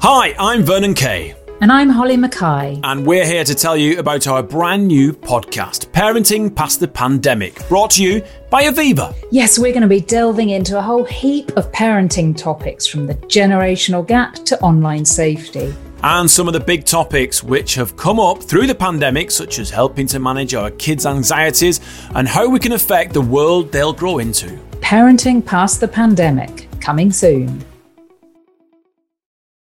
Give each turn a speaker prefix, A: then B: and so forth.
A: Hi, I'm Vernon Kay,
B: And I'm Holly Mackay.
A: and we're here to tell you about our brand new podcast, Parenting Past the Pandemic, brought to you by Aviva.
B: Yes, we're going to be delving into a whole heap of parenting topics from the generational gap to online safety.
A: And some of the big topics which have come up through the pandemic, such as helping to manage our kids' anxieties and how we can affect the world they'll grow into.
B: Parenting past the pandemic, coming soon.